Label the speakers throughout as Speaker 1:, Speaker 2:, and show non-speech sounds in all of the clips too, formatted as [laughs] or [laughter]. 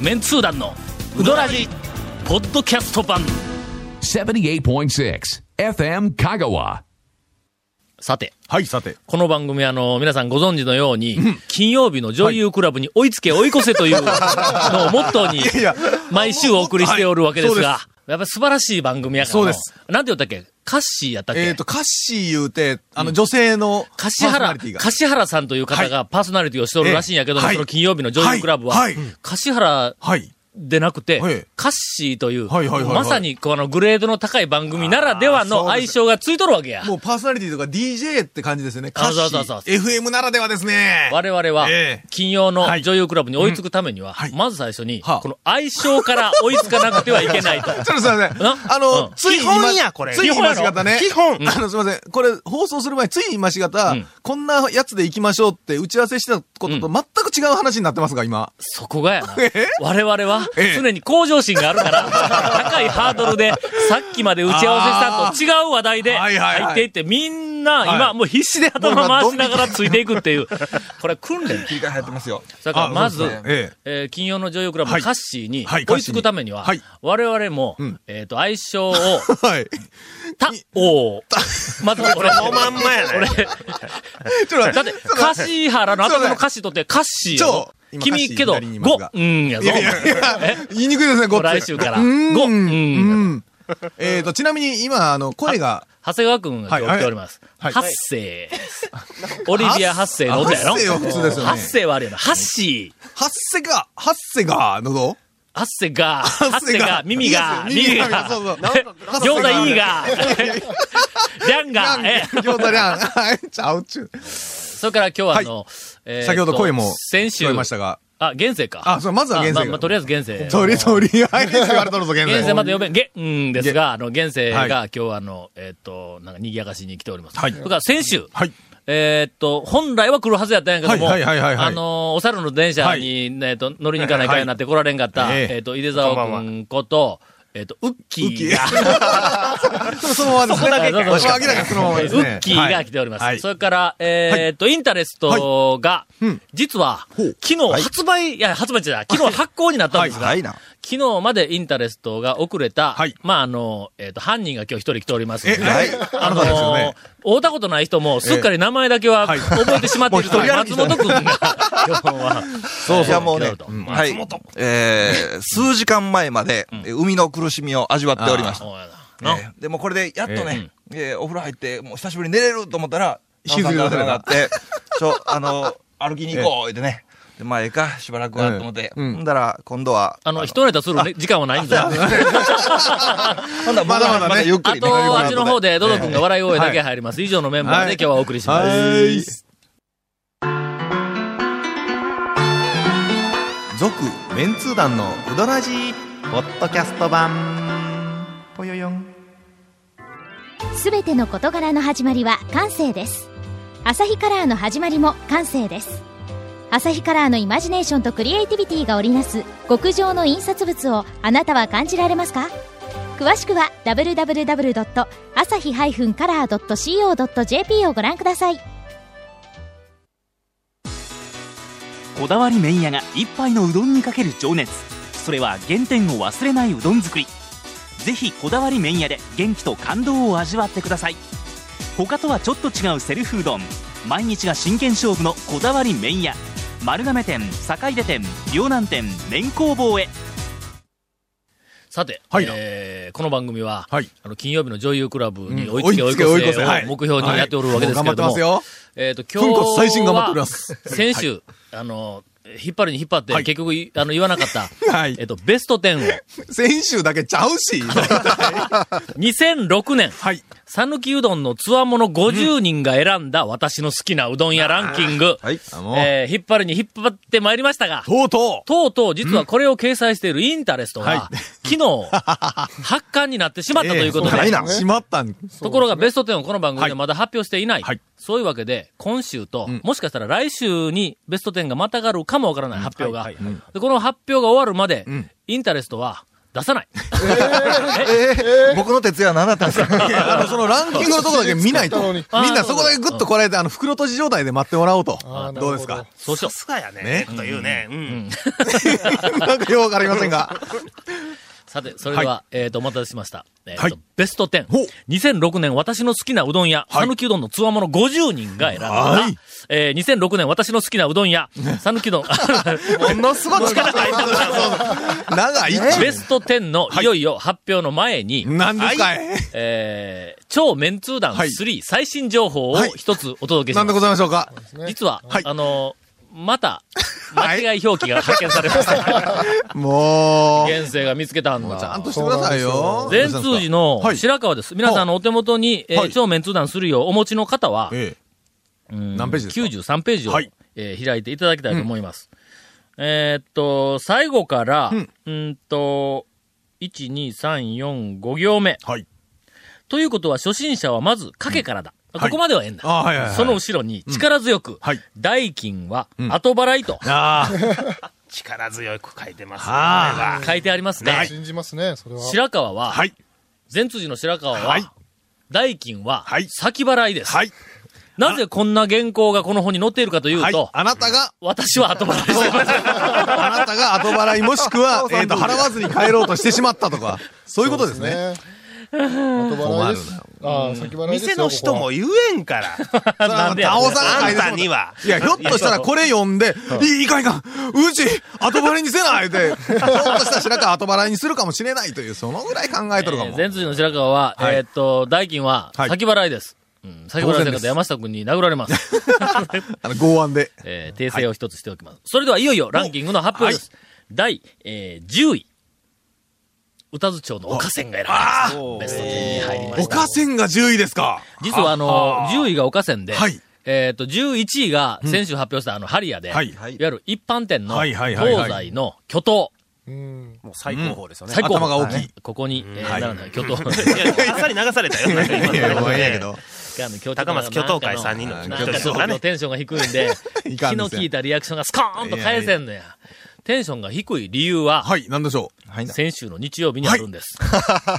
Speaker 1: メンツー団のウドラジポッドキャスト版
Speaker 2: 78.6 FM Kagawa.
Speaker 1: さて
Speaker 3: はい、さて。
Speaker 1: この番組あの皆さんご存知のように、金曜日の女優クラブに追いつけ追い越せという
Speaker 3: [laughs]
Speaker 1: のをモットーに
Speaker 3: いや
Speaker 1: 毎週お送りしておるわけですが、
Speaker 3: はい
Speaker 1: やっぱり素晴らしい番組やから
Speaker 3: そうです
Speaker 1: なんて言ったっけカッシーやったっけ、
Speaker 3: えっ、と、カッシー言うて、あの、女性の、
Speaker 1: 柏
Speaker 3: パーソナ
Speaker 1: 原、
Speaker 3: リティが
Speaker 1: 柏原さんという方がパーソナリティをしておるらしいんやけども、
Speaker 3: ええはい
Speaker 1: その金曜日の女優クラブは、
Speaker 3: はいはい
Speaker 1: 柏原
Speaker 3: はい。
Speaker 1: でなくて、
Speaker 3: はい
Speaker 1: カッシーという、
Speaker 3: はいはいはいはい
Speaker 1: まさにこのグレードの高い番組ならでは
Speaker 3: あー
Speaker 1: の
Speaker 3: そう
Speaker 1: 愛
Speaker 3: です
Speaker 1: 称がついとるわけや。
Speaker 3: もうパーソナリティとか DJ って感じですよね。カ
Speaker 1: あ
Speaker 3: ッシ
Speaker 1: そうそうそう
Speaker 3: ー。FM ならではですね。
Speaker 1: 我々は
Speaker 3: ええ、
Speaker 1: 金曜の
Speaker 3: はい
Speaker 1: 女優クラブに追いつくためには、
Speaker 3: はい
Speaker 1: まず最初に、
Speaker 3: はあ
Speaker 1: この愛称から追いつかなくてはいけ
Speaker 3: [laughs]
Speaker 1: ないと。
Speaker 3: ちょっとすいません。
Speaker 1: [laughs] な
Speaker 3: あの、
Speaker 1: うん
Speaker 3: つい
Speaker 4: 基
Speaker 3: 今
Speaker 4: 本やこれ
Speaker 3: つい
Speaker 1: 基本や
Speaker 3: 今
Speaker 1: ろ
Speaker 3: しがたね。
Speaker 4: 基本
Speaker 3: あの、すいません。これ、放送する前、つい今しがた
Speaker 1: ん、
Speaker 3: こんなやつで行きましょうって打ち合わせしてたことと全く違う話になってますが、今。
Speaker 1: そこがやな
Speaker 3: え。
Speaker 1: 我々は
Speaker 3: ええ
Speaker 1: 常に向上心があるから、高いハードルでさっきまで打ち合わせしたと違う話題で
Speaker 3: はいはいはい
Speaker 1: 入っていって、みんな
Speaker 3: はい
Speaker 1: 今もう必死で頭回しながらついていくっていう、これ訓練。
Speaker 3: 切り替え入ってますよ。
Speaker 1: だから
Speaker 3: あ
Speaker 1: まず
Speaker 3: そうですねええ、
Speaker 1: えー金曜の女優クラブの
Speaker 3: はい
Speaker 1: カッシーに
Speaker 3: はい
Speaker 1: 追いつくためには
Speaker 3: カッシーに、
Speaker 1: 我々も
Speaker 3: ん、
Speaker 1: えっと、相
Speaker 3: [laughs]
Speaker 1: 性を、 [laughs]
Speaker 3: はい。
Speaker 1: た、おうまず俺、
Speaker 4: おまんまや
Speaker 3: [laughs]
Speaker 4: ね。
Speaker 3: ちょっと
Speaker 1: だ
Speaker 3: 待
Speaker 1: って
Speaker 3: て、
Speaker 1: カシハラの後の歌詞とって、カッシーやろ
Speaker 3: そう今
Speaker 1: 君
Speaker 3: カッシー
Speaker 1: けど、
Speaker 3: 左にいます
Speaker 1: 5
Speaker 3: が、
Speaker 1: うんやぞ
Speaker 3: い。やいやい
Speaker 1: え
Speaker 3: や、言いにくいですね、ごっつ
Speaker 1: 来週から
Speaker 3: うーん
Speaker 1: ごっう
Speaker 3: うんん。えっと、ちなみに今、あの、声が、
Speaker 1: 長谷川くんが今日来ております。
Speaker 3: はい
Speaker 1: ハッセイ。オリビアハッセイの音やろ
Speaker 3: ハッセイは普通ですよね
Speaker 1: ハッセイはあるよな。ハッシー。
Speaker 3: ハッセが、ハッセが、喉
Speaker 1: ハッセが、ハ
Speaker 3: ハ
Speaker 1: ッ
Speaker 3: ッ
Speaker 1: セ
Speaker 3: セが
Speaker 1: が、耳が、
Speaker 3: いいです
Speaker 1: 耳
Speaker 3: よ
Speaker 1: が、
Speaker 3: 耳がそう
Speaker 1: [laughs]
Speaker 3: そう
Speaker 1: 餃子いいが、ジャンが、え
Speaker 3: 餃子
Speaker 1: [laughs]
Speaker 3: りゃん。はいちゃうっちゅう。
Speaker 1: それから今日はあの、えーっと
Speaker 3: 先ほど声も
Speaker 1: 先週
Speaker 3: 聞こえましたが。
Speaker 1: あ、現世か。
Speaker 3: あそうまずは現世
Speaker 1: あまあまあとりあえず現世。
Speaker 3: とりとりあえず言われとるぞ、現在。
Speaker 1: 現世まで呼べん、げ、うんですが、あの、現世が今日はあの、えーっと、なんか賑やかしに来ております。
Speaker 3: はい
Speaker 1: それから先週。
Speaker 3: はい。
Speaker 1: えーっと、本来は来るはずやったんやけども、
Speaker 3: はいはいはいはいはい
Speaker 1: あのーお猿の電車に、ねえっと乗りに行かないかんやなって来られんかった、
Speaker 3: はい
Speaker 1: えーっと、井出沢君こと、えーっと、ウッキーが、
Speaker 3: そのままですね。
Speaker 1: そこだけか
Speaker 3: もう明らかにそのまま
Speaker 1: ウ
Speaker 3: ですね。
Speaker 1: ッキーが来ております。
Speaker 3: はい
Speaker 1: それから、えーっと、インタレストが、実は、昨日発売、い、や、発売じゃない、昨日発行になったんですが、
Speaker 3: はいはい
Speaker 1: 昨日までインタレストが遅れた、
Speaker 3: はい
Speaker 1: まあ、あの、えーっと、犯人が今日一人来ておりますので、
Speaker 3: えはい
Speaker 1: あの
Speaker 3: あなたですよね
Speaker 1: 会ったことない人も、すっかり名前だけは
Speaker 3: はい
Speaker 1: 覚えてしまっているので、
Speaker 3: [laughs] もう
Speaker 1: 松
Speaker 3: 一人
Speaker 1: 本くんが、今日は、そう
Speaker 5: いやもうね、は
Speaker 1: 松
Speaker 5: い
Speaker 1: 本。。
Speaker 5: えー、数時間前まで、えー海の苦しみを味わっておりました。
Speaker 1: そうやな。
Speaker 5: えーでもこれで、やっとね、えーお風呂入って、もう久しぶりに寝れると思ったら、
Speaker 3: 引きずり出された
Speaker 5: 炭酸が出なくなって、ちょ、あの、歩きに行こう、言ってね。で、まあ、ええか、しばらくは、と思って。
Speaker 3: うんうん
Speaker 5: ほんだら、今度は、
Speaker 1: あの、一ネタするね時間はないんだ。
Speaker 5: ほんだら
Speaker 3: まだまだね
Speaker 5: ゆっく
Speaker 1: あ
Speaker 5: りね。
Speaker 1: と、あっちの方で、ドド君が笑い声だけ入ります。以上のメンバーで今日はお送りします。
Speaker 3: はい。
Speaker 6: 続メンツー団のウドラジポッドキャスト版ぽよよん
Speaker 7: すべての事柄の始まりは感性ですアサヒカラーの始まりも感性ですアサヒカラーのイマジネーションとクリエイティビティが織りなす極上の印刷物をあなたは感じられますか詳しくは www.asahi-color.co.jp をご覧ください
Speaker 8: こだわり麺屋が一杯のうどんにかける情熱それは原点を忘れないうどん作りぜひこだわり麺屋で元気と感動を味わってください他とはちょっと違うセルフうどん毎日が真剣勝負のこだわり麺屋丸亀店坂出店両南店麺工房へ
Speaker 1: さて、
Speaker 3: はい
Speaker 1: えーこの番組は、
Speaker 3: はい
Speaker 1: あの金曜日の女優クラブに
Speaker 3: うん
Speaker 1: 追いつけ追い越
Speaker 3: 追い越
Speaker 1: せ
Speaker 3: せはい
Speaker 1: を目標にやっておるわけですけれど
Speaker 3: は
Speaker 1: も
Speaker 3: いもう頑張ってますよ、
Speaker 1: えっと、
Speaker 3: 粉
Speaker 1: 今日
Speaker 3: 骨最新頑張っており
Speaker 1: は
Speaker 3: ま、す。
Speaker 1: 先週、あの、引っ張るに引っ張って、
Speaker 3: はい
Speaker 1: 結局い、あの、言わなかった、
Speaker 3: [laughs] はい
Speaker 1: えっと、ベスト10を、
Speaker 3: 先週だけちゃう [laughs] し。
Speaker 1: 2006年、
Speaker 3: はい。
Speaker 1: 讃岐うどんのつわもの50人が選んだ私の好きなうどん屋ランキング、
Speaker 5: はい。
Speaker 3: あもう
Speaker 1: えー引っ張るに引っ張ってまいりましたが、
Speaker 3: とうとう。
Speaker 1: とうとう実はこれを掲載しているインタレスト
Speaker 3: は
Speaker 1: が
Speaker 3: い、
Speaker 1: 昨日、発刊になってしまったということ
Speaker 3: ええ
Speaker 1: で、
Speaker 3: そうだしまったん。
Speaker 1: ところがベスト10をこの番組
Speaker 3: は
Speaker 1: で
Speaker 3: い
Speaker 1: まだ発表していない。
Speaker 3: はい
Speaker 1: そういうわけで、今週と、
Speaker 3: ん
Speaker 1: もしかしたら来週にベスト10がまたがるかもわからない発表が、
Speaker 3: はいはいはい
Speaker 1: でこの発表が終わるまで、
Speaker 3: ん
Speaker 1: インタレストは、出
Speaker 3: [laughs]
Speaker 1: さない。
Speaker 5: 僕の徹夜は何だったんです
Speaker 3: [laughs]
Speaker 5: か
Speaker 3: あの、そのランキングのとこだけ見ないと。みん
Speaker 1: のに
Speaker 3: [laughs] なそこだけグッとこらえて、あの、袋閉じ状態で待ってもらおうと
Speaker 4: あー。
Speaker 3: どうですか [laughs]
Speaker 1: そうしよ
Speaker 4: すがやね。
Speaker 3: ね
Speaker 4: ええこと言うね。うん。
Speaker 3: なんかよくわかりませんが。
Speaker 1: う。さて、それでは、えっ、と、お待たせしました。えーと
Speaker 3: はい
Speaker 1: ベスト10
Speaker 3: ほう。
Speaker 1: 2006年私の好きなうどん屋、
Speaker 3: はい
Speaker 1: 讃、岐、うどんのつわもの50人が選んだ、
Speaker 3: はい
Speaker 1: えー2006年私の好きなうどん
Speaker 3: [laughs]
Speaker 1: 屋、讃岐うどん、
Speaker 3: ものすごい力入ってる [laughs] 長いっちゅ
Speaker 1: ベスト10のいよいよ発表の前に、
Speaker 3: う。なんですかい
Speaker 1: えー超メンツー団
Speaker 3: はい
Speaker 1: 3、最新情報を
Speaker 3: はい
Speaker 1: 一つお届けし
Speaker 3: なん
Speaker 1: ま。
Speaker 3: ですございましょうか
Speaker 1: 実は、
Speaker 3: はい
Speaker 1: あのーまた、間違い表記が発見されました。
Speaker 3: もう、
Speaker 1: 現世が見つけたん
Speaker 3: ちゃん
Speaker 1: だ。
Speaker 3: としてくださいよ。
Speaker 1: 全通寺の
Speaker 3: はい
Speaker 1: 白川です。皆さん、
Speaker 3: はあ
Speaker 1: あの、お手元に、えー
Speaker 3: はい
Speaker 1: 超メンツー団3をお持ちの方は、
Speaker 3: ええ
Speaker 1: うん
Speaker 3: 何ページですか
Speaker 1: ?93 ページを、
Speaker 3: はい
Speaker 1: えー開いていただきたいと思います。えーっと、最後から、うん
Speaker 3: ん、
Speaker 1: と、1、2、3、4、5行目。
Speaker 3: はい
Speaker 1: ということは、初心者はまず、賭けからだ。
Speaker 3: ん
Speaker 1: ここまではええんだ。
Speaker 3: あはいはいはい
Speaker 1: その後ろに、力強く、
Speaker 3: はい
Speaker 1: 代金は
Speaker 3: ん
Speaker 1: 後払いと
Speaker 3: ああ、
Speaker 4: 力強く書いてますね。
Speaker 3: あ
Speaker 1: 書いてありますね。
Speaker 4: 信じますね、それは
Speaker 1: 白川は、
Speaker 3: はい。
Speaker 1: 前通寺の白川は、
Speaker 3: はい
Speaker 1: 代金は
Speaker 3: はい
Speaker 1: 先払いです。
Speaker 3: はい。
Speaker 1: なぜこんな原稿がこの本に載っているかという
Speaker 3: はい
Speaker 1: と、。
Speaker 3: あなたが、
Speaker 1: 私は後払いしてます。
Speaker 3: あなたが後払いもしくは、えっと、払わずに帰ろうとしてしまったとか、そういうことですね。。
Speaker 9: 後払いで
Speaker 3: 困
Speaker 9: す。ああ、先払いですよ
Speaker 4: 店の人
Speaker 9: ここ
Speaker 4: も言えんから。
Speaker 1: なんでや
Speaker 3: タ
Speaker 1: ねん
Speaker 3: オさんが
Speaker 4: あ
Speaker 3: 書い
Speaker 4: ん
Speaker 3: て
Speaker 4: た
Speaker 3: る
Speaker 4: には。
Speaker 3: いや、ひょっとしたらこれ読んで、いいいかんいかん、うち、後払いにせないで、ひょっとしたら白川後払いにするかもしれないという、そのぐらい考えとるか
Speaker 1: え
Speaker 3: も
Speaker 1: ー。前通寺の白川は、
Speaker 3: はい
Speaker 1: えーっと、代金は
Speaker 3: はい
Speaker 1: 先払いです。うん、先払いした
Speaker 3: 当然で
Speaker 1: 方
Speaker 3: す
Speaker 1: 山下君に殴られます。
Speaker 3: あの、剛腕で。
Speaker 1: えー訂正を一つしておきます。それでは、いよいよランキングの発表です。第、えー10位。歌津町の岡線が選ばれました。ベスト10に入りました。
Speaker 3: 岡線が10位ですか。
Speaker 1: 実はあの、10位が岡線で、
Speaker 3: はい
Speaker 1: えっ、と、11位が先週発表したあの、ハリアで、
Speaker 3: はいい
Speaker 1: わゆる一般店の
Speaker 3: はいはいはいはい
Speaker 1: 東西の巨頭、
Speaker 9: うん。
Speaker 4: もう最高峰ですよね。
Speaker 1: 最高峰
Speaker 3: 頭が大きい
Speaker 1: ねここに、えー
Speaker 3: はい
Speaker 1: 並んだ巨頭。
Speaker 4: いやあっさり流されたよ。なんか今
Speaker 3: [laughs] いや、もうええやけ
Speaker 4: ね
Speaker 3: ど。
Speaker 4: 高松巨頭会3人の
Speaker 1: な
Speaker 4: 一人
Speaker 1: んか
Speaker 4: です
Speaker 1: ちょ
Speaker 4: と
Speaker 1: っ
Speaker 4: か
Speaker 1: と
Speaker 4: ね。
Speaker 1: テンションが低いんで、
Speaker 3: [laughs] いか
Speaker 1: 気
Speaker 3: んで
Speaker 1: の
Speaker 3: す
Speaker 1: 利いたリアクションがスコーンと返せんのや。テンションが低い理由は、
Speaker 3: はい、なんでしょう。
Speaker 1: 先週の日曜日にあるんです。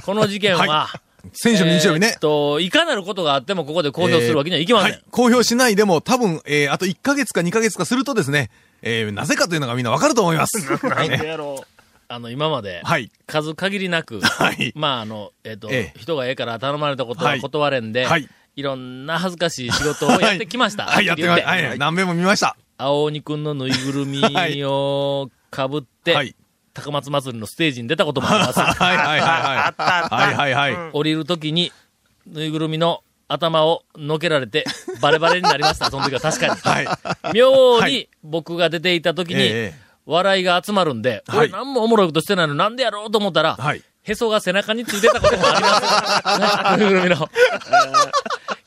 Speaker 1: この事件は、
Speaker 3: 選手の日曜日
Speaker 1: え
Speaker 3: ね
Speaker 1: ーっ。と、いかなることがあってもここで公表するわけにはいきません。
Speaker 3: はい公表しないでも、多分、えーあと1ヶ月か2ヶ月かするとですね、えーなぜかというのがみんなわかると思います。
Speaker 4: なんでやろ
Speaker 1: あの、今まで、
Speaker 3: はい。
Speaker 1: 数限りなく、
Speaker 3: はい
Speaker 1: まあ、あの、えっ、と、
Speaker 3: ええ
Speaker 1: 人がええから頼まれたことは
Speaker 3: はい
Speaker 1: 断れんで、
Speaker 3: はいい、
Speaker 1: ろんな恥ずかしい仕事をやってきました。
Speaker 3: はい、やってま
Speaker 1: はっきり
Speaker 3: す。
Speaker 1: 言
Speaker 3: は
Speaker 1: って
Speaker 3: い、何遍も見ました。
Speaker 1: 青鬼くんのぬいぐるみ
Speaker 3: はい
Speaker 1: をかぶって、
Speaker 3: はい。
Speaker 1: 高松祭りのステージに出たこともあります。
Speaker 3: [laughs] はい、はい、
Speaker 4: あ
Speaker 3: は
Speaker 4: ったあった。
Speaker 3: い。はい、はい、はい。
Speaker 1: 降りるときに、ぬいぐるみの頭をのけられて、バレバレになりました、その時は確かに。
Speaker 3: [laughs] はい。
Speaker 1: 妙
Speaker 3: は
Speaker 1: に
Speaker 3: い
Speaker 1: 僕が出ていた時に
Speaker 3: ええ、
Speaker 1: 笑いが集まるんで、
Speaker 3: はい
Speaker 1: 俺何もおもろいことしてないのなんでやろうと思ったら、
Speaker 3: はい
Speaker 1: へそが背中についてたことも
Speaker 3: [laughs]
Speaker 1: あります。ぬいぐるみの。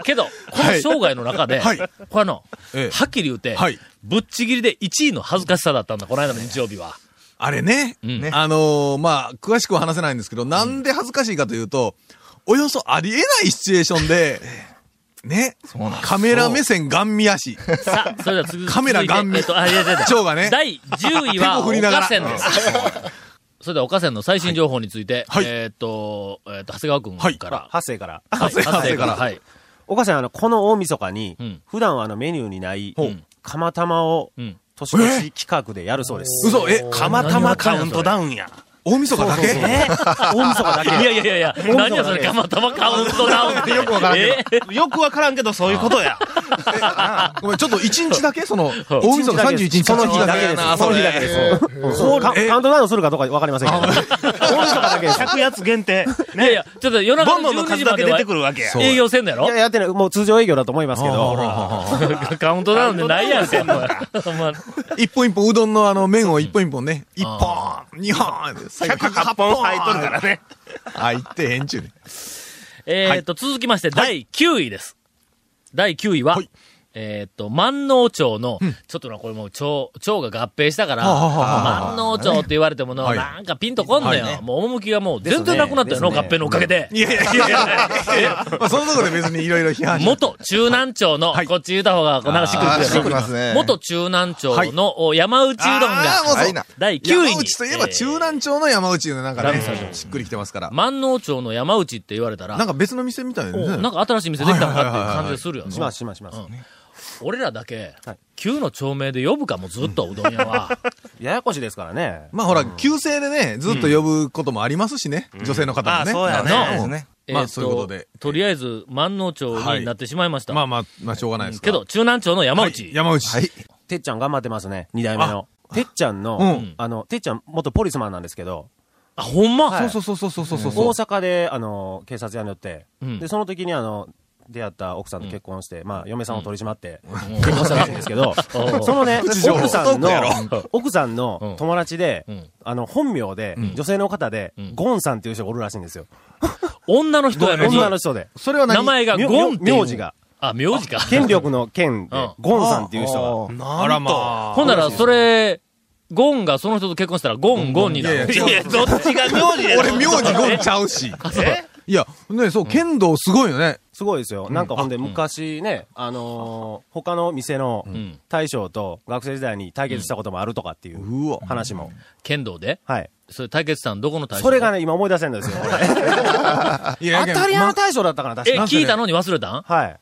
Speaker 1: けど、この生涯の中で、
Speaker 3: はい
Speaker 1: これあの、
Speaker 3: ええ
Speaker 1: はっきり言うて、
Speaker 3: はい
Speaker 1: ぶっちぎりで1位の恥ずかしさだったんだ、この間の日曜日は。
Speaker 3: あれね、
Speaker 1: ん
Speaker 3: あのーまあ、詳しくは話せないんですけど、なんで恥ずかしいかというと、およそありえないシチュエーショ
Speaker 1: [laughs]
Speaker 3: ンで、ね、カメラ目線ガン見やし、
Speaker 1: さあ、それでは続いて、
Speaker 3: カメラガン見
Speaker 1: えっと、あ、いやいやいや
Speaker 3: 蝶がね、
Speaker 1: 第10位 [laughs] は、
Speaker 3: 手も振りなが
Speaker 1: 岡
Speaker 3: ら
Speaker 1: 線です。それでは岡線の最新情報について、
Speaker 3: はい
Speaker 1: えーっと、えーっと、長谷川君
Speaker 3: はい
Speaker 1: から。
Speaker 10: ハセから。
Speaker 1: はい、
Speaker 3: 長谷川君から
Speaker 1: はい。
Speaker 10: お母さん、あの、この大晦日に、
Speaker 1: うん
Speaker 10: 普段はあのメニューにない、
Speaker 1: ん
Speaker 10: 釜玉を
Speaker 1: うん、
Speaker 10: 年越し企画でやるそうです。
Speaker 3: 嘘、え、
Speaker 4: たまたまカウントダウンや。
Speaker 3: 大晦日だけ
Speaker 10: えー大晦日だ
Speaker 1: い
Speaker 10: け。
Speaker 1: やいやいやいや、何やそれ、たまたまカウントダウンって。よくわからんけど。
Speaker 4: よくわからんけど、そういうことや。
Speaker 3: ごめん、ちょっと一日だけその、大晦日31日
Speaker 10: その日だけです。その日だけです。 [laughs] そうカ
Speaker 3: えー
Speaker 10: カウントダウンするかどうかわかりませんけど。 [laughs] 大晦日だけです。
Speaker 4: 100やつ限定。
Speaker 1: いやいや、ちょっと夜中
Speaker 4: ボン
Speaker 1: の
Speaker 4: ボンの数
Speaker 1: 12時
Speaker 4: だ
Speaker 1: ま
Speaker 4: け
Speaker 1: で
Speaker 4: 出
Speaker 1: は
Speaker 4: てくるわけや。
Speaker 1: 営業せんだや
Speaker 10: い
Speaker 1: ろ
Speaker 10: や、やってない。もう通常営業だと思いますけど。
Speaker 1: [laughs] カウントダウンでないやんけ、お前。ほんま
Speaker 3: 一本一本うどんのあの麺を一本一本ね、一本
Speaker 1: あ、
Speaker 3: 二本、108
Speaker 4: 108本入っとるからね。
Speaker 3: 入ってへんちゅうね。
Speaker 1: えーっと、続きまして、第9位です。第9位は、えーっと、万能町の、ちょっとな、これもう町、町が合併したから、
Speaker 3: はあはあはあ
Speaker 1: 万能町って言われてもな、
Speaker 3: はい
Speaker 1: なんかピンとこんのよ。
Speaker 3: はいね
Speaker 1: もう趣がもう全然なくなったよな、
Speaker 6: です
Speaker 1: 合
Speaker 6: ね
Speaker 1: 併のおかげで。
Speaker 3: いやいやいやいやいや、まあ、そのところで別にいろいろ批判して。
Speaker 1: 元中南町の、こっち言った方が、こうなんかしっくりく
Speaker 6: あ
Speaker 1: るよ
Speaker 6: ーしっくりきますね
Speaker 1: 元中南町のお山内うどん
Speaker 3: あーもう
Speaker 1: が、
Speaker 6: はいな。
Speaker 1: 第9位に。
Speaker 3: 山内といえば中
Speaker 1: えー
Speaker 3: 南町の山内のなんか
Speaker 1: ラ
Speaker 3: ね
Speaker 1: ムサジョ、ン
Speaker 3: しっくりきてますから。
Speaker 1: 万能町の山内って言われたら、
Speaker 3: なんか別の店みたいで
Speaker 1: お
Speaker 3: ね。
Speaker 1: なんか新しい店できたのかっていう感じがするよね。
Speaker 10: します、します、します。
Speaker 1: 俺らだけ、旧の町名で呼ぶかも、ずっと、うどん屋
Speaker 3: [laughs]
Speaker 1: は。
Speaker 10: ややこしいですからね。
Speaker 3: まあほら、旧姓でね、ずっと呼ぶこともありますしね、女性の方
Speaker 4: あ
Speaker 3: も
Speaker 4: あ、
Speaker 3: ね。
Speaker 4: そうや
Speaker 1: な
Speaker 4: ね。
Speaker 5: ですね。
Speaker 3: まあ
Speaker 1: えーっ
Speaker 3: そういうことで
Speaker 1: とりあえず、万能町になってしまいました。
Speaker 3: まあまあ、まあしょうがないです
Speaker 1: けど、中南町の山
Speaker 3: 山
Speaker 1: 内。
Speaker 3: 内。山内。はい。
Speaker 10: てっちゃん頑張ってますね、二代目の。てっちゃんの、
Speaker 3: うん
Speaker 10: あの、てっちゃん元ポリスマンなんですけど、
Speaker 1: あ、ほんま、
Speaker 10: はい
Speaker 3: そうそうそうそうそうそうそう。
Speaker 10: 大阪で、あの、警察屋に寄って、
Speaker 1: うん
Speaker 10: で、その時にあの、出会った奥さんと結婚して、まあ、嫁さんを取り締まって、結婚したらしいんですけど、そのね、
Speaker 3: 地上
Speaker 10: 奥さんの
Speaker 3: トー、
Speaker 10: 奥さんの友達で
Speaker 1: ん、
Speaker 10: あの、本名で、女性の方で、ゴンさんっていう人がおるらしいんですよ。
Speaker 1: 女の人やのに、
Speaker 10: 女の人で。
Speaker 3: それは何
Speaker 1: 名前が
Speaker 10: みょ
Speaker 1: ゴンっていう
Speaker 10: 名字が。
Speaker 1: あ、名字か。
Speaker 10: 権力の権で
Speaker 1: うん、
Speaker 10: ゴンさんっていう人が。
Speaker 3: あらま
Speaker 1: ほんなら、それ、ゴンがその人と結婚したら、ゴン、ゴンになる。
Speaker 3: いやいや
Speaker 4: いや、どっちが
Speaker 1: [laughs]
Speaker 4: 名字
Speaker 3: あ。
Speaker 4: や
Speaker 3: 俺、名字ゴンちゃうし。いや、ね、そう、剣道すごいよね。
Speaker 10: すごいですよ。なんかほんで昔ね、あのー、他の店の
Speaker 1: ん
Speaker 10: 大将と学生時代に対決したこともあるとかっていう
Speaker 3: うわ。
Speaker 10: 話も。
Speaker 1: 剣道で
Speaker 10: はい。
Speaker 1: それ、対決さん、どこの対決
Speaker 10: それがね、今思い出せんですよ。こ
Speaker 3: い
Speaker 10: れ
Speaker 3: や、
Speaker 10: 当たり屋の大将だったかな、確
Speaker 1: え、
Speaker 10: か。
Speaker 1: 聞いたのに忘れたん
Speaker 10: はい。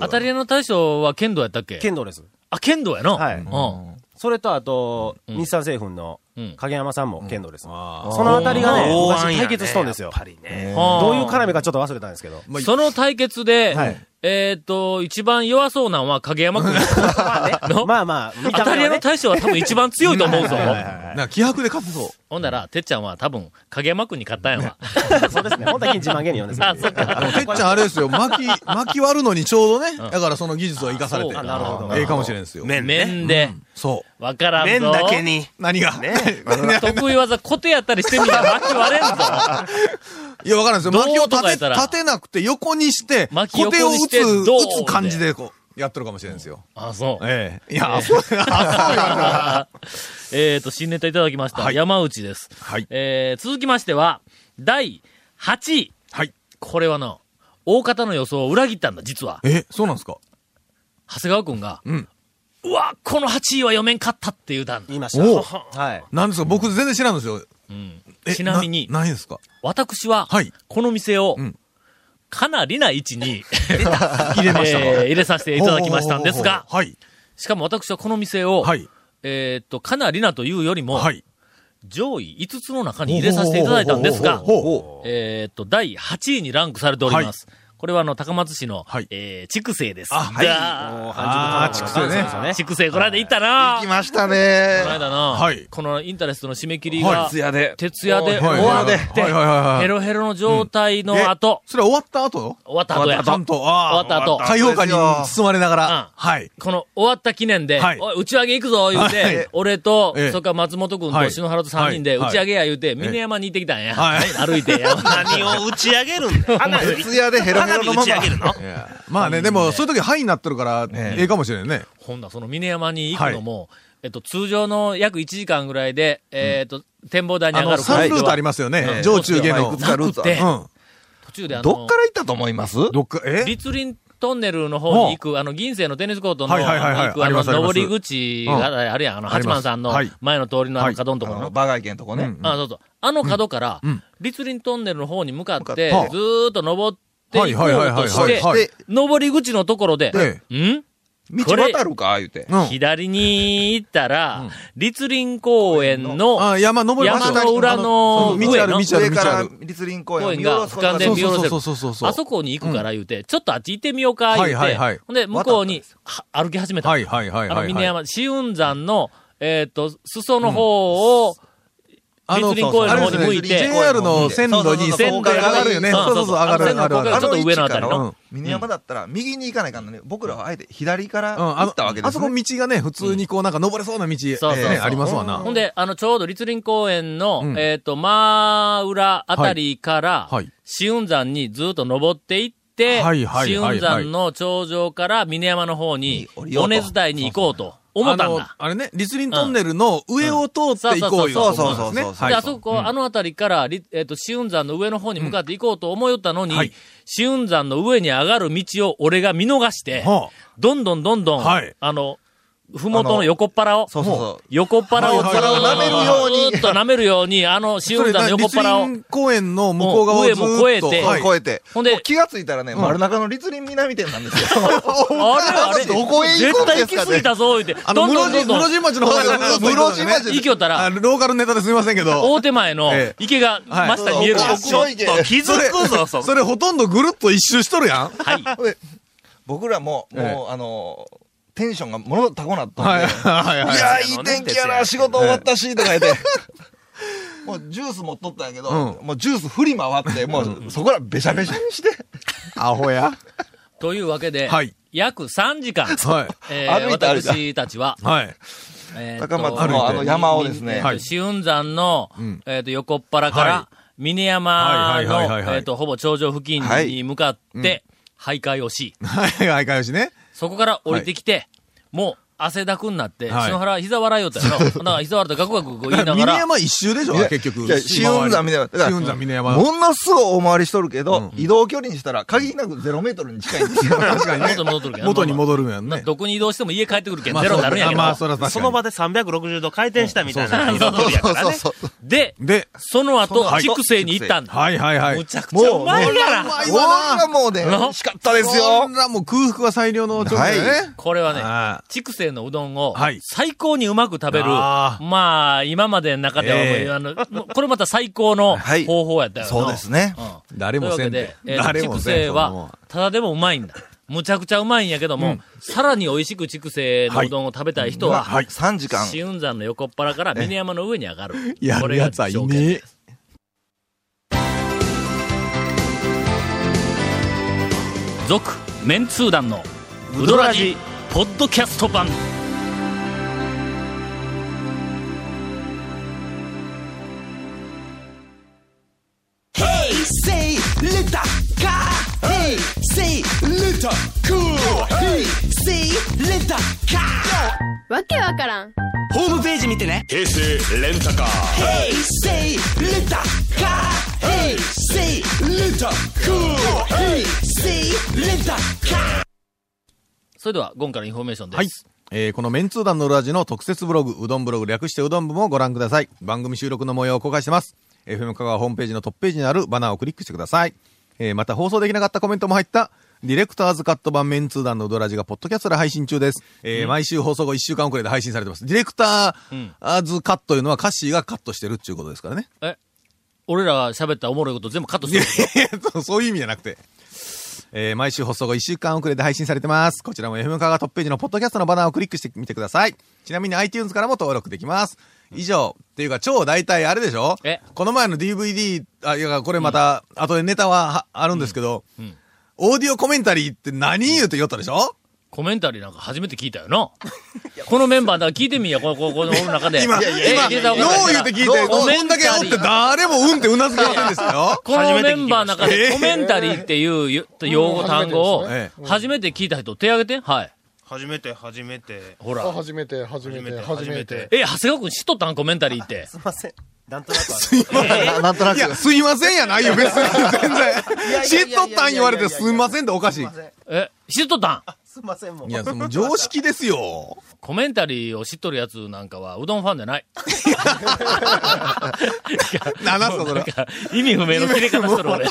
Speaker 1: 当たり屋の大将は剣道やったっけ
Speaker 10: 剣道です。
Speaker 1: あ、剣道やの
Speaker 10: はい
Speaker 1: うん。
Speaker 10: それとあと、日産製粉の
Speaker 1: うん
Speaker 10: 影山さんも剣道です。そ
Speaker 3: あ
Speaker 10: のあたりがね、
Speaker 4: 大安や
Speaker 10: 昔対
Speaker 4: ね
Speaker 10: 決したんですよ
Speaker 4: や。っぱりね。
Speaker 10: どういう
Speaker 1: は
Speaker 10: 絡みかちょっと忘れたんですけど。
Speaker 1: あその対決で
Speaker 10: はい、
Speaker 1: えーっと、一番弱そうなんは影山くん。 [laughs] の
Speaker 10: [laughs] まあまあ、見
Speaker 1: 当
Speaker 10: た
Speaker 1: たり屋
Speaker 10: 目は
Speaker 1: の
Speaker 10: ね
Speaker 1: 大将は多分一番強いと思うぞ。
Speaker 3: なんか気迫で勝てそう。
Speaker 1: ほんなら、てっちゃんは多分、影山くんに勝ったんやわ。
Speaker 10: そうですね。本当は金自慢芸人呼んです
Speaker 1: あ、
Speaker 10: よ
Speaker 1: そっか。
Speaker 3: でもてっちゃんあれですよ、巻き、巻き割るのにちょうどね、だからその技術は生かされて、
Speaker 1: あそう
Speaker 10: かなるほど
Speaker 3: ええかもしれんですよ。
Speaker 4: 麺ね。
Speaker 1: 面で、
Speaker 3: そ
Speaker 1: わからん
Speaker 4: 麺
Speaker 1: ぞ。
Speaker 4: だけに。
Speaker 3: う。何がね
Speaker 1: [laughs] 得意技、コテやったりしてみたら巻き割れんぞ。
Speaker 3: いや、わからんですよ。巻き
Speaker 1: ど
Speaker 3: を
Speaker 1: うとかや
Speaker 3: 立
Speaker 1: ったら
Speaker 3: て、立てなくて横にして、
Speaker 1: 巻き
Speaker 3: 小手を
Speaker 1: 横に
Speaker 3: 打
Speaker 1: し
Speaker 3: つ、
Speaker 1: てどう
Speaker 3: 打つ感じでこう、やってるかもしれんですよ。
Speaker 1: あ、
Speaker 10: [laughs]
Speaker 1: そう。 [laughs]
Speaker 3: ええ。いや、あそう、あそうやな。
Speaker 1: えっと、新ネタいただきました。
Speaker 3: はい
Speaker 1: 山内です。
Speaker 3: はい
Speaker 1: えー続きましては、第8位。
Speaker 3: はい。
Speaker 1: これはな、大方の予想を裏切ったんだ、実は。
Speaker 3: え、そうなんですか
Speaker 1: 長谷川くんが、
Speaker 3: うん。
Speaker 1: うわ、この8位は読めんかったって言うたんだ
Speaker 10: 言いまし
Speaker 3: おう
Speaker 10: た。はい。
Speaker 3: なんですか僕全然知らんですよ。え
Speaker 1: ちなみに、
Speaker 3: 何ですか
Speaker 1: 私は
Speaker 3: はい、
Speaker 1: この店を
Speaker 3: うん、
Speaker 1: かなりな位置
Speaker 3: [laughs]
Speaker 1: に、入れました、入れさせていただきましたんですが、
Speaker 3: ほうほうほうほうはい。
Speaker 1: しかも私はこの店を、
Speaker 3: はい。
Speaker 1: えーっと、かなりなというよりも、
Speaker 3: はい。
Speaker 1: 上位5つの中に入れさせていただいたんですが、
Speaker 3: ほうほ
Speaker 1: えーっと、第8位にランクされております。これはあの、高松市の、
Speaker 3: はい
Speaker 1: えー、畜生です。
Speaker 3: あはい
Speaker 1: が
Speaker 3: あー畜生ね
Speaker 1: 畜生、この間行ったな、
Speaker 6: 行きましたね
Speaker 1: この。間な、
Speaker 3: はい
Speaker 1: このインタレストの締め切り
Speaker 3: は
Speaker 1: が、
Speaker 5: 徹夜で。
Speaker 1: 徹夜で
Speaker 3: うはい。
Speaker 1: 終わっ
Speaker 3: はい
Speaker 1: て、
Speaker 3: はいはいはい
Speaker 1: ヘ
Speaker 3: はい。
Speaker 1: ロヘロの状態の後、
Speaker 3: それ終わった後
Speaker 1: 終わった後や。
Speaker 3: ちゃんと、ああ。
Speaker 1: 終わった後
Speaker 3: 開放感に包まれなが
Speaker 1: うん
Speaker 3: ら。はい。
Speaker 1: この終わった記念で、
Speaker 3: はい
Speaker 1: おい打ち上げ行くぞ、言うて、
Speaker 3: はい
Speaker 1: 俺と、
Speaker 3: ええ
Speaker 1: それから松本君
Speaker 3: は
Speaker 1: と
Speaker 3: い
Speaker 1: 篠原と3人で、
Speaker 3: はい
Speaker 1: 打ち上げや言うて、峰山に行ってきたんや。
Speaker 3: はい [laughs]
Speaker 1: 歩いてや。
Speaker 4: 何を打ち上げるんだよ。花火。
Speaker 6: 徹夜でヘロヘロのまま
Speaker 4: 花火打ち上げるの
Speaker 3: いやまあね、でも、そういう時、はいになっとるから、ええかもしれんね。
Speaker 1: ほんだ、その峰山に行くのも、えっと、通常の約1時間ぐらいで、えっと、展望台に
Speaker 3: あ
Speaker 1: 上が
Speaker 3: の、
Speaker 1: る
Speaker 3: 3ルートあり
Speaker 1: ま
Speaker 3: ますよ
Speaker 1: ええ
Speaker 3: ね。上中下
Speaker 1: そう
Speaker 3: の。
Speaker 1: そう
Speaker 6: い
Speaker 3: ん
Speaker 6: くつかルー
Speaker 1: な
Speaker 6: ツ
Speaker 1: くて
Speaker 6: ある。
Speaker 1: 途中であの、
Speaker 6: どっから行ったと思います
Speaker 3: どっか、え
Speaker 1: 立林トンネルの方に行く、あの、銀星のテニスコートの、
Speaker 3: はいはいはいはい
Speaker 1: 行く、あ
Speaker 3: あり
Speaker 1: の、
Speaker 3: ますあります
Speaker 1: 上り口があるやん、あの、
Speaker 3: あり
Speaker 1: 八
Speaker 3: ます
Speaker 1: 幡さんの
Speaker 3: はい
Speaker 1: 前の通りのあ
Speaker 3: は
Speaker 1: の
Speaker 3: い
Speaker 1: 角のと
Speaker 5: あ
Speaker 1: ころ
Speaker 5: の、
Speaker 1: の。
Speaker 5: バーガー券とこね。
Speaker 1: あ、そうそう。あの角から
Speaker 3: うん、
Speaker 1: 立林トンネルの方に向かって、ず
Speaker 3: 向かって
Speaker 1: ーっと登っていこうとし
Speaker 3: はい
Speaker 1: て
Speaker 3: はいはいはいはい、
Speaker 6: で、
Speaker 1: 上り口のところで、
Speaker 3: え
Speaker 1: ん
Speaker 5: 道
Speaker 1: これ
Speaker 5: 渡るか言うて。
Speaker 3: うん
Speaker 1: 左に行ったら、立林公園の
Speaker 3: あ山登りました
Speaker 1: 山の裏の
Speaker 3: そう道
Speaker 1: 上
Speaker 3: ある
Speaker 1: の
Speaker 3: 道あ
Speaker 5: 上
Speaker 3: る
Speaker 5: か
Speaker 3: 道あ
Speaker 5: ら
Speaker 3: る。
Speaker 5: 立林公
Speaker 1: 公
Speaker 5: 園を
Speaker 1: 園
Speaker 5: 見
Speaker 1: が
Speaker 5: 下ろす
Speaker 1: 俯
Speaker 5: こと
Speaker 1: 瞰
Speaker 5: が
Speaker 1: で
Speaker 5: でき
Speaker 1: 見
Speaker 5: る。
Speaker 1: 下ろせ
Speaker 3: そ
Speaker 1: る。
Speaker 3: うそうそうそうそうそう
Speaker 1: あそこに行くから言うて、ちょっとあっち行ってみようか、言うて、
Speaker 3: はいはいはい
Speaker 1: ほんで、向こうに、は歩き始めた。
Speaker 3: はいはいはいはいはい
Speaker 1: あの、峰山、紫雲山の、えっ、と、裾の方を、立林公園の方に向いて
Speaker 3: そうそうあれですね JR の線路に
Speaker 1: 線路
Speaker 3: 線が上がるよね。
Speaker 1: うん
Speaker 3: そうそうそう、
Speaker 1: あ
Speaker 3: 上がる
Speaker 1: 線の
Speaker 3: 上がる
Speaker 1: こ
Speaker 3: 上
Speaker 1: こがち
Speaker 3: が
Speaker 1: ょ
Speaker 3: る。
Speaker 1: っと上のあたりの
Speaker 5: あ位置から峰山だったら、右に行かないかんのね。僕らはあえて左か
Speaker 3: う
Speaker 5: ら
Speaker 3: ん、あ
Speaker 5: 行
Speaker 3: の
Speaker 5: ったわけ、で
Speaker 3: あ
Speaker 5: す
Speaker 3: そ
Speaker 5: ね
Speaker 3: こ。道がね、普通にこうなんか登れそうな道、
Speaker 1: そうそうそう
Speaker 3: ねありますわな
Speaker 1: ほ。んで、あの、ちょうど立林公園の、
Speaker 3: うん
Speaker 1: えっ、と、真裏あたりから、
Speaker 3: はいはい
Speaker 1: 紫雲山にずっと登っていって、て、
Speaker 3: はいはい
Speaker 1: 紫
Speaker 3: はいは
Speaker 1: 雲
Speaker 3: い
Speaker 1: 山の頂上から峰山の方に、
Speaker 5: よう
Speaker 1: 尾
Speaker 5: と
Speaker 1: 根伝いに行こうと思ったんだ。
Speaker 3: あのあれね、立林トンネルの上を通っていこう
Speaker 1: そ
Speaker 3: よ。
Speaker 1: うそう
Speaker 5: そうそう
Speaker 3: ね
Speaker 5: そうそう
Speaker 1: で、あそこ、あの辺りから、りえっ、と、紫雲山の上の方に向かって行こうと思いよったのに、
Speaker 3: うんはい
Speaker 1: 紫雲山の上に上がる道を俺が見逃して、
Speaker 3: は
Speaker 1: どんどんどんどん、
Speaker 3: はい
Speaker 1: あの、ふもとの横っ腹を、
Speaker 5: そうそうそう
Speaker 1: 横っ腹をずー
Speaker 3: はいはいはい
Speaker 1: っと舐めるように、あの、紫
Speaker 3: そ
Speaker 1: 雲
Speaker 3: れ
Speaker 1: 山の
Speaker 3: 立
Speaker 1: 横っ腹を、
Speaker 3: 林公園の向こう側をずーっと
Speaker 1: もう上も越えて
Speaker 3: はい
Speaker 5: 越えて。
Speaker 1: ほんで
Speaker 5: もう気がついたらね、丸中の立林南店なんですよ。
Speaker 1: あれあれ、
Speaker 5: どこへ行
Speaker 1: 絶
Speaker 5: くんで
Speaker 1: 対
Speaker 5: すかね
Speaker 1: 行き過ぎたぞ、言うて、
Speaker 3: あ
Speaker 1: ど
Speaker 3: の、
Speaker 1: んどんどん
Speaker 3: 室地
Speaker 1: どん
Speaker 3: 室、地町の方がずーっと行くのね
Speaker 5: 室地町
Speaker 1: 行きよったら
Speaker 3: あ、のローカルネタですみませんけど、
Speaker 1: 大手前の
Speaker 3: え
Speaker 1: 池が真下に見える
Speaker 5: はい
Speaker 1: ちょっと気づ
Speaker 3: それ
Speaker 1: くぞ、そ、
Speaker 3: それほとんどぐるっと一周しとるやん。
Speaker 1: はい。
Speaker 5: 僕らも、もう、あの、テンションがもの高なったんで、
Speaker 3: はい
Speaker 5: い
Speaker 3: はいはい。
Speaker 5: やー、いい天気やな、仕事終わったし、とか言って。 [laughs] もうジュース持っとったんやけど、
Speaker 3: う
Speaker 5: もうジュース振り回って、もうそこらべしゃべしゃにして、
Speaker 3: アホや。
Speaker 1: というわけで、
Speaker 3: はい
Speaker 1: 約3時間、
Speaker 3: はい。
Speaker 1: えー
Speaker 5: 歩いた歩いた
Speaker 1: 私たちは、
Speaker 3: はい。
Speaker 1: えーと
Speaker 5: 高松のあの山をですね
Speaker 1: えーと
Speaker 3: はい
Speaker 1: 紫雲山の、
Speaker 3: ん
Speaker 1: えーと横っ腹から、
Speaker 3: は
Speaker 1: 峰山
Speaker 3: はいはいはい
Speaker 1: の、
Speaker 3: はいはい
Speaker 1: えーとほぼ頂上付近
Speaker 5: はい
Speaker 1: に向かって、徘徊をし、
Speaker 3: はい、はい、かよしね。
Speaker 1: そこから降りてきて、もう汗だくになって、
Speaker 3: はい
Speaker 1: 篠原膝笑いよったやろ。
Speaker 3: [laughs]
Speaker 1: だから膝笑ったガクガク言いな
Speaker 3: だか
Speaker 1: が
Speaker 3: ら峰
Speaker 1: ら、
Speaker 3: 山一周でしょ、
Speaker 5: いや
Speaker 3: 結局。
Speaker 5: いや紫雲山みたいなだから
Speaker 3: 紫雲山峰山。
Speaker 5: ものすごい大回りしとるけど、移動距離にしたら限りなく0メートルに近いんです [laughs] よ。
Speaker 3: 確かにね
Speaker 1: 元に戻っとるけど
Speaker 3: 元に戻るんやん
Speaker 1: な
Speaker 3: ね。
Speaker 1: どこに移動しても家帰ってくるけん、
Speaker 3: まあ
Speaker 1: ゼロになるんやけど。
Speaker 3: まあ、そら確かに。
Speaker 4: その場で360度回転したみたいな移動距離やからね。
Speaker 5: そうそう。
Speaker 1: で、
Speaker 3: で、
Speaker 1: その後、
Speaker 5: はい
Speaker 1: 畜生に行ったんだ。
Speaker 3: はいはいはい。
Speaker 1: むちゃくちゃうまいから、
Speaker 5: これはもうね、美味しかったです
Speaker 3: そ
Speaker 5: よ
Speaker 3: ん。なもう空腹は最良の調味料ね。
Speaker 1: これはね、
Speaker 3: は
Speaker 1: 畜生のうどんを
Speaker 3: はい
Speaker 1: 最高にうまく食べる、
Speaker 3: あ
Speaker 1: まあ、今までの中では、
Speaker 3: ええ
Speaker 1: あの、もうこれまた最高の
Speaker 5: はい
Speaker 1: 方法やったよな
Speaker 5: そうですね。
Speaker 1: うん
Speaker 3: 誰もせん
Speaker 1: というわ
Speaker 3: て
Speaker 1: けで、えー
Speaker 3: 誰
Speaker 1: 畜
Speaker 3: もせ
Speaker 1: 生
Speaker 3: んそんなもん
Speaker 1: は、ただでもうまいんだ。むちゃくちゃうまいんやけども、さらに美味しく畜生のうどんを食べたい人は、
Speaker 5: はい。3時間。
Speaker 1: 紫雲山の横っ腹から峰山の上に上がる。
Speaker 3: や
Speaker 1: こ
Speaker 3: る
Speaker 1: れが
Speaker 3: やつはい
Speaker 1: 条件
Speaker 3: ねえ。
Speaker 1: 続メンツー団のウドラジポッドキャスト版
Speaker 11: わけわからん
Speaker 1: それでは、ゴンからインフォメーションです。
Speaker 3: はい。えーこのメンツー団の裏地の特設ブログ、うどんブログ略してうどん部もご覧ください。番組収録の模様を公開してます。FM 香川ホームページのトップページにあるバナーをクリックしてください。えーまた放送できなかったコメントも入った、ディレクターズカット版メンツー団のうどらじがポッドキャストで配信中です。えー毎週放送後1週間遅れで配信されてます。ディレクターズカットというのは歌詞がカットしてるっていうことですからね。
Speaker 1: え、俺らが喋ったおもろいこと全部カットしてるでしょ
Speaker 3: そうそういう意味じゃなくて。えー毎週放送後1週間遅れで配信されてます。こちらも FM カがトップページのポッドキャストのバナーをクリックしてみてください。ちなみに iTunes からも登録できます。以上。っていうか、超大体あれでしょ
Speaker 1: え
Speaker 3: この前の DVD、あ、いや、これまた、後でネタははあるんですけど、
Speaker 1: ん
Speaker 3: オーディオコメンタリーって何言うて言おったでしょ
Speaker 1: コメンタリーなんか初めて聞いたよな。このメンバーだから聞いてみや、この、この、この俺の中で。
Speaker 3: 今、今、
Speaker 1: え
Speaker 3: ノ
Speaker 1: 池田岡田
Speaker 3: ー言うて聞いて、
Speaker 1: コメンタリー。
Speaker 3: こんだけ煽って誰もうんってうなずきませんでしたよ
Speaker 1: このメンバーの中
Speaker 3: 初めて
Speaker 1: で
Speaker 3: 聞きました
Speaker 1: コメンタリーっていうよ用語、
Speaker 9: うん
Speaker 1: 単語を
Speaker 3: ええ
Speaker 1: 初めて聞いた人、手挙げて。はい。
Speaker 4: 初めて、初めて。
Speaker 1: ほ
Speaker 9: あ、
Speaker 1: ら。
Speaker 9: 初めて、初めて、初めて。。
Speaker 1: え、長谷川くん知っとったんコメンタリーって。
Speaker 10: すいません。なんとなくあの
Speaker 5: ななんとないく。
Speaker 3: や、すいませんやないよ、別 [laughs] に。全然。知っとったん言われてすいませんっておかしい。
Speaker 1: え、知っとったん
Speaker 10: すいません、もう
Speaker 3: い。や、その常識ですよ。
Speaker 1: コメンタリーを知っとるやつなんかは、うどんファンじゃない。 [laughs]
Speaker 3: な、なんすか、それ。
Speaker 1: 意味不明の切れ方しとる俺。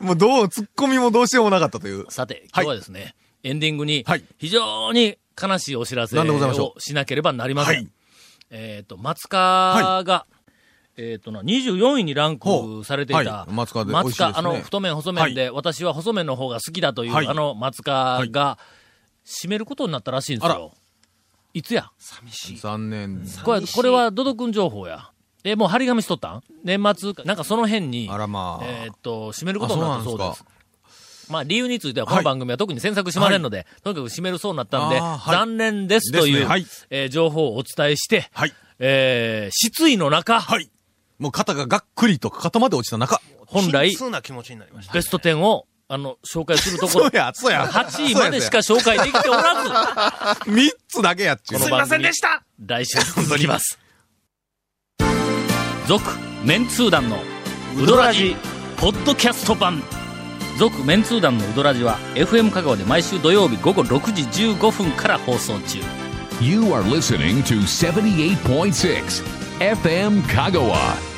Speaker 3: もうどう、ツッコミもどうしようもなかったという。
Speaker 1: さて、今
Speaker 3: はい
Speaker 1: 日はですね、エンディングに
Speaker 3: はい、
Speaker 1: 非常に悲しいお知らせ
Speaker 3: なんでございましょ
Speaker 1: をしなければなりません。
Speaker 3: はい
Speaker 1: えっ、と、松川が、えっ、とな、24位にラン
Speaker 3: ほ
Speaker 1: ク
Speaker 3: う
Speaker 1: されていた、
Speaker 3: はい松川で美味しいです
Speaker 1: あ
Speaker 3: ね
Speaker 1: の、太麺細麺で、私は細麺の方が好きだという、
Speaker 3: はい
Speaker 1: あの、松川が、締めることになったらしいんですよ。いつや
Speaker 3: 残念。
Speaker 1: これこれは、ドド君情報や。え、もう張り紙しとったん年末か、なんかその辺に、
Speaker 3: あらまあ
Speaker 1: えっ、と、締めることになったそう
Speaker 3: あそうなん
Speaker 1: で
Speaker 3: ですす。
Speaker 1: まあ、理由についてはこの番組は特に詮索しませんので、とにかく締めるそうになったんで、
Speaker 3: あーはい
Speaker 1: 残念ですという
Speaker 3: ですねはい
Speaker 1: えー情報をお伝えして、
Speaker 3: はい
Speaker 1: えー失意の中、
Speaker 3: はい。もう肩ががっくりと肩まで落ちた中。
Speaker 1: 本来、
Speaker 4: 普通な気持ちになりました。
Speaker 1: ベスト10をあの、紹介するところ。
Speaker 3: そうや、そうや。
Speaker 1: 8位までしか紹介できておらず。
Speaker 3: 3つだけやっちゅう。
Speaker 1: すいませんでした来週続きます。続、メンツー団の、ウドラジ、ポッドキャスト版。続、メンツー団のウドラジは、FM 香川で毎週土曜日午後6時15分から放送中。
Speaker 2: You are listening to 78.6 FM 香川。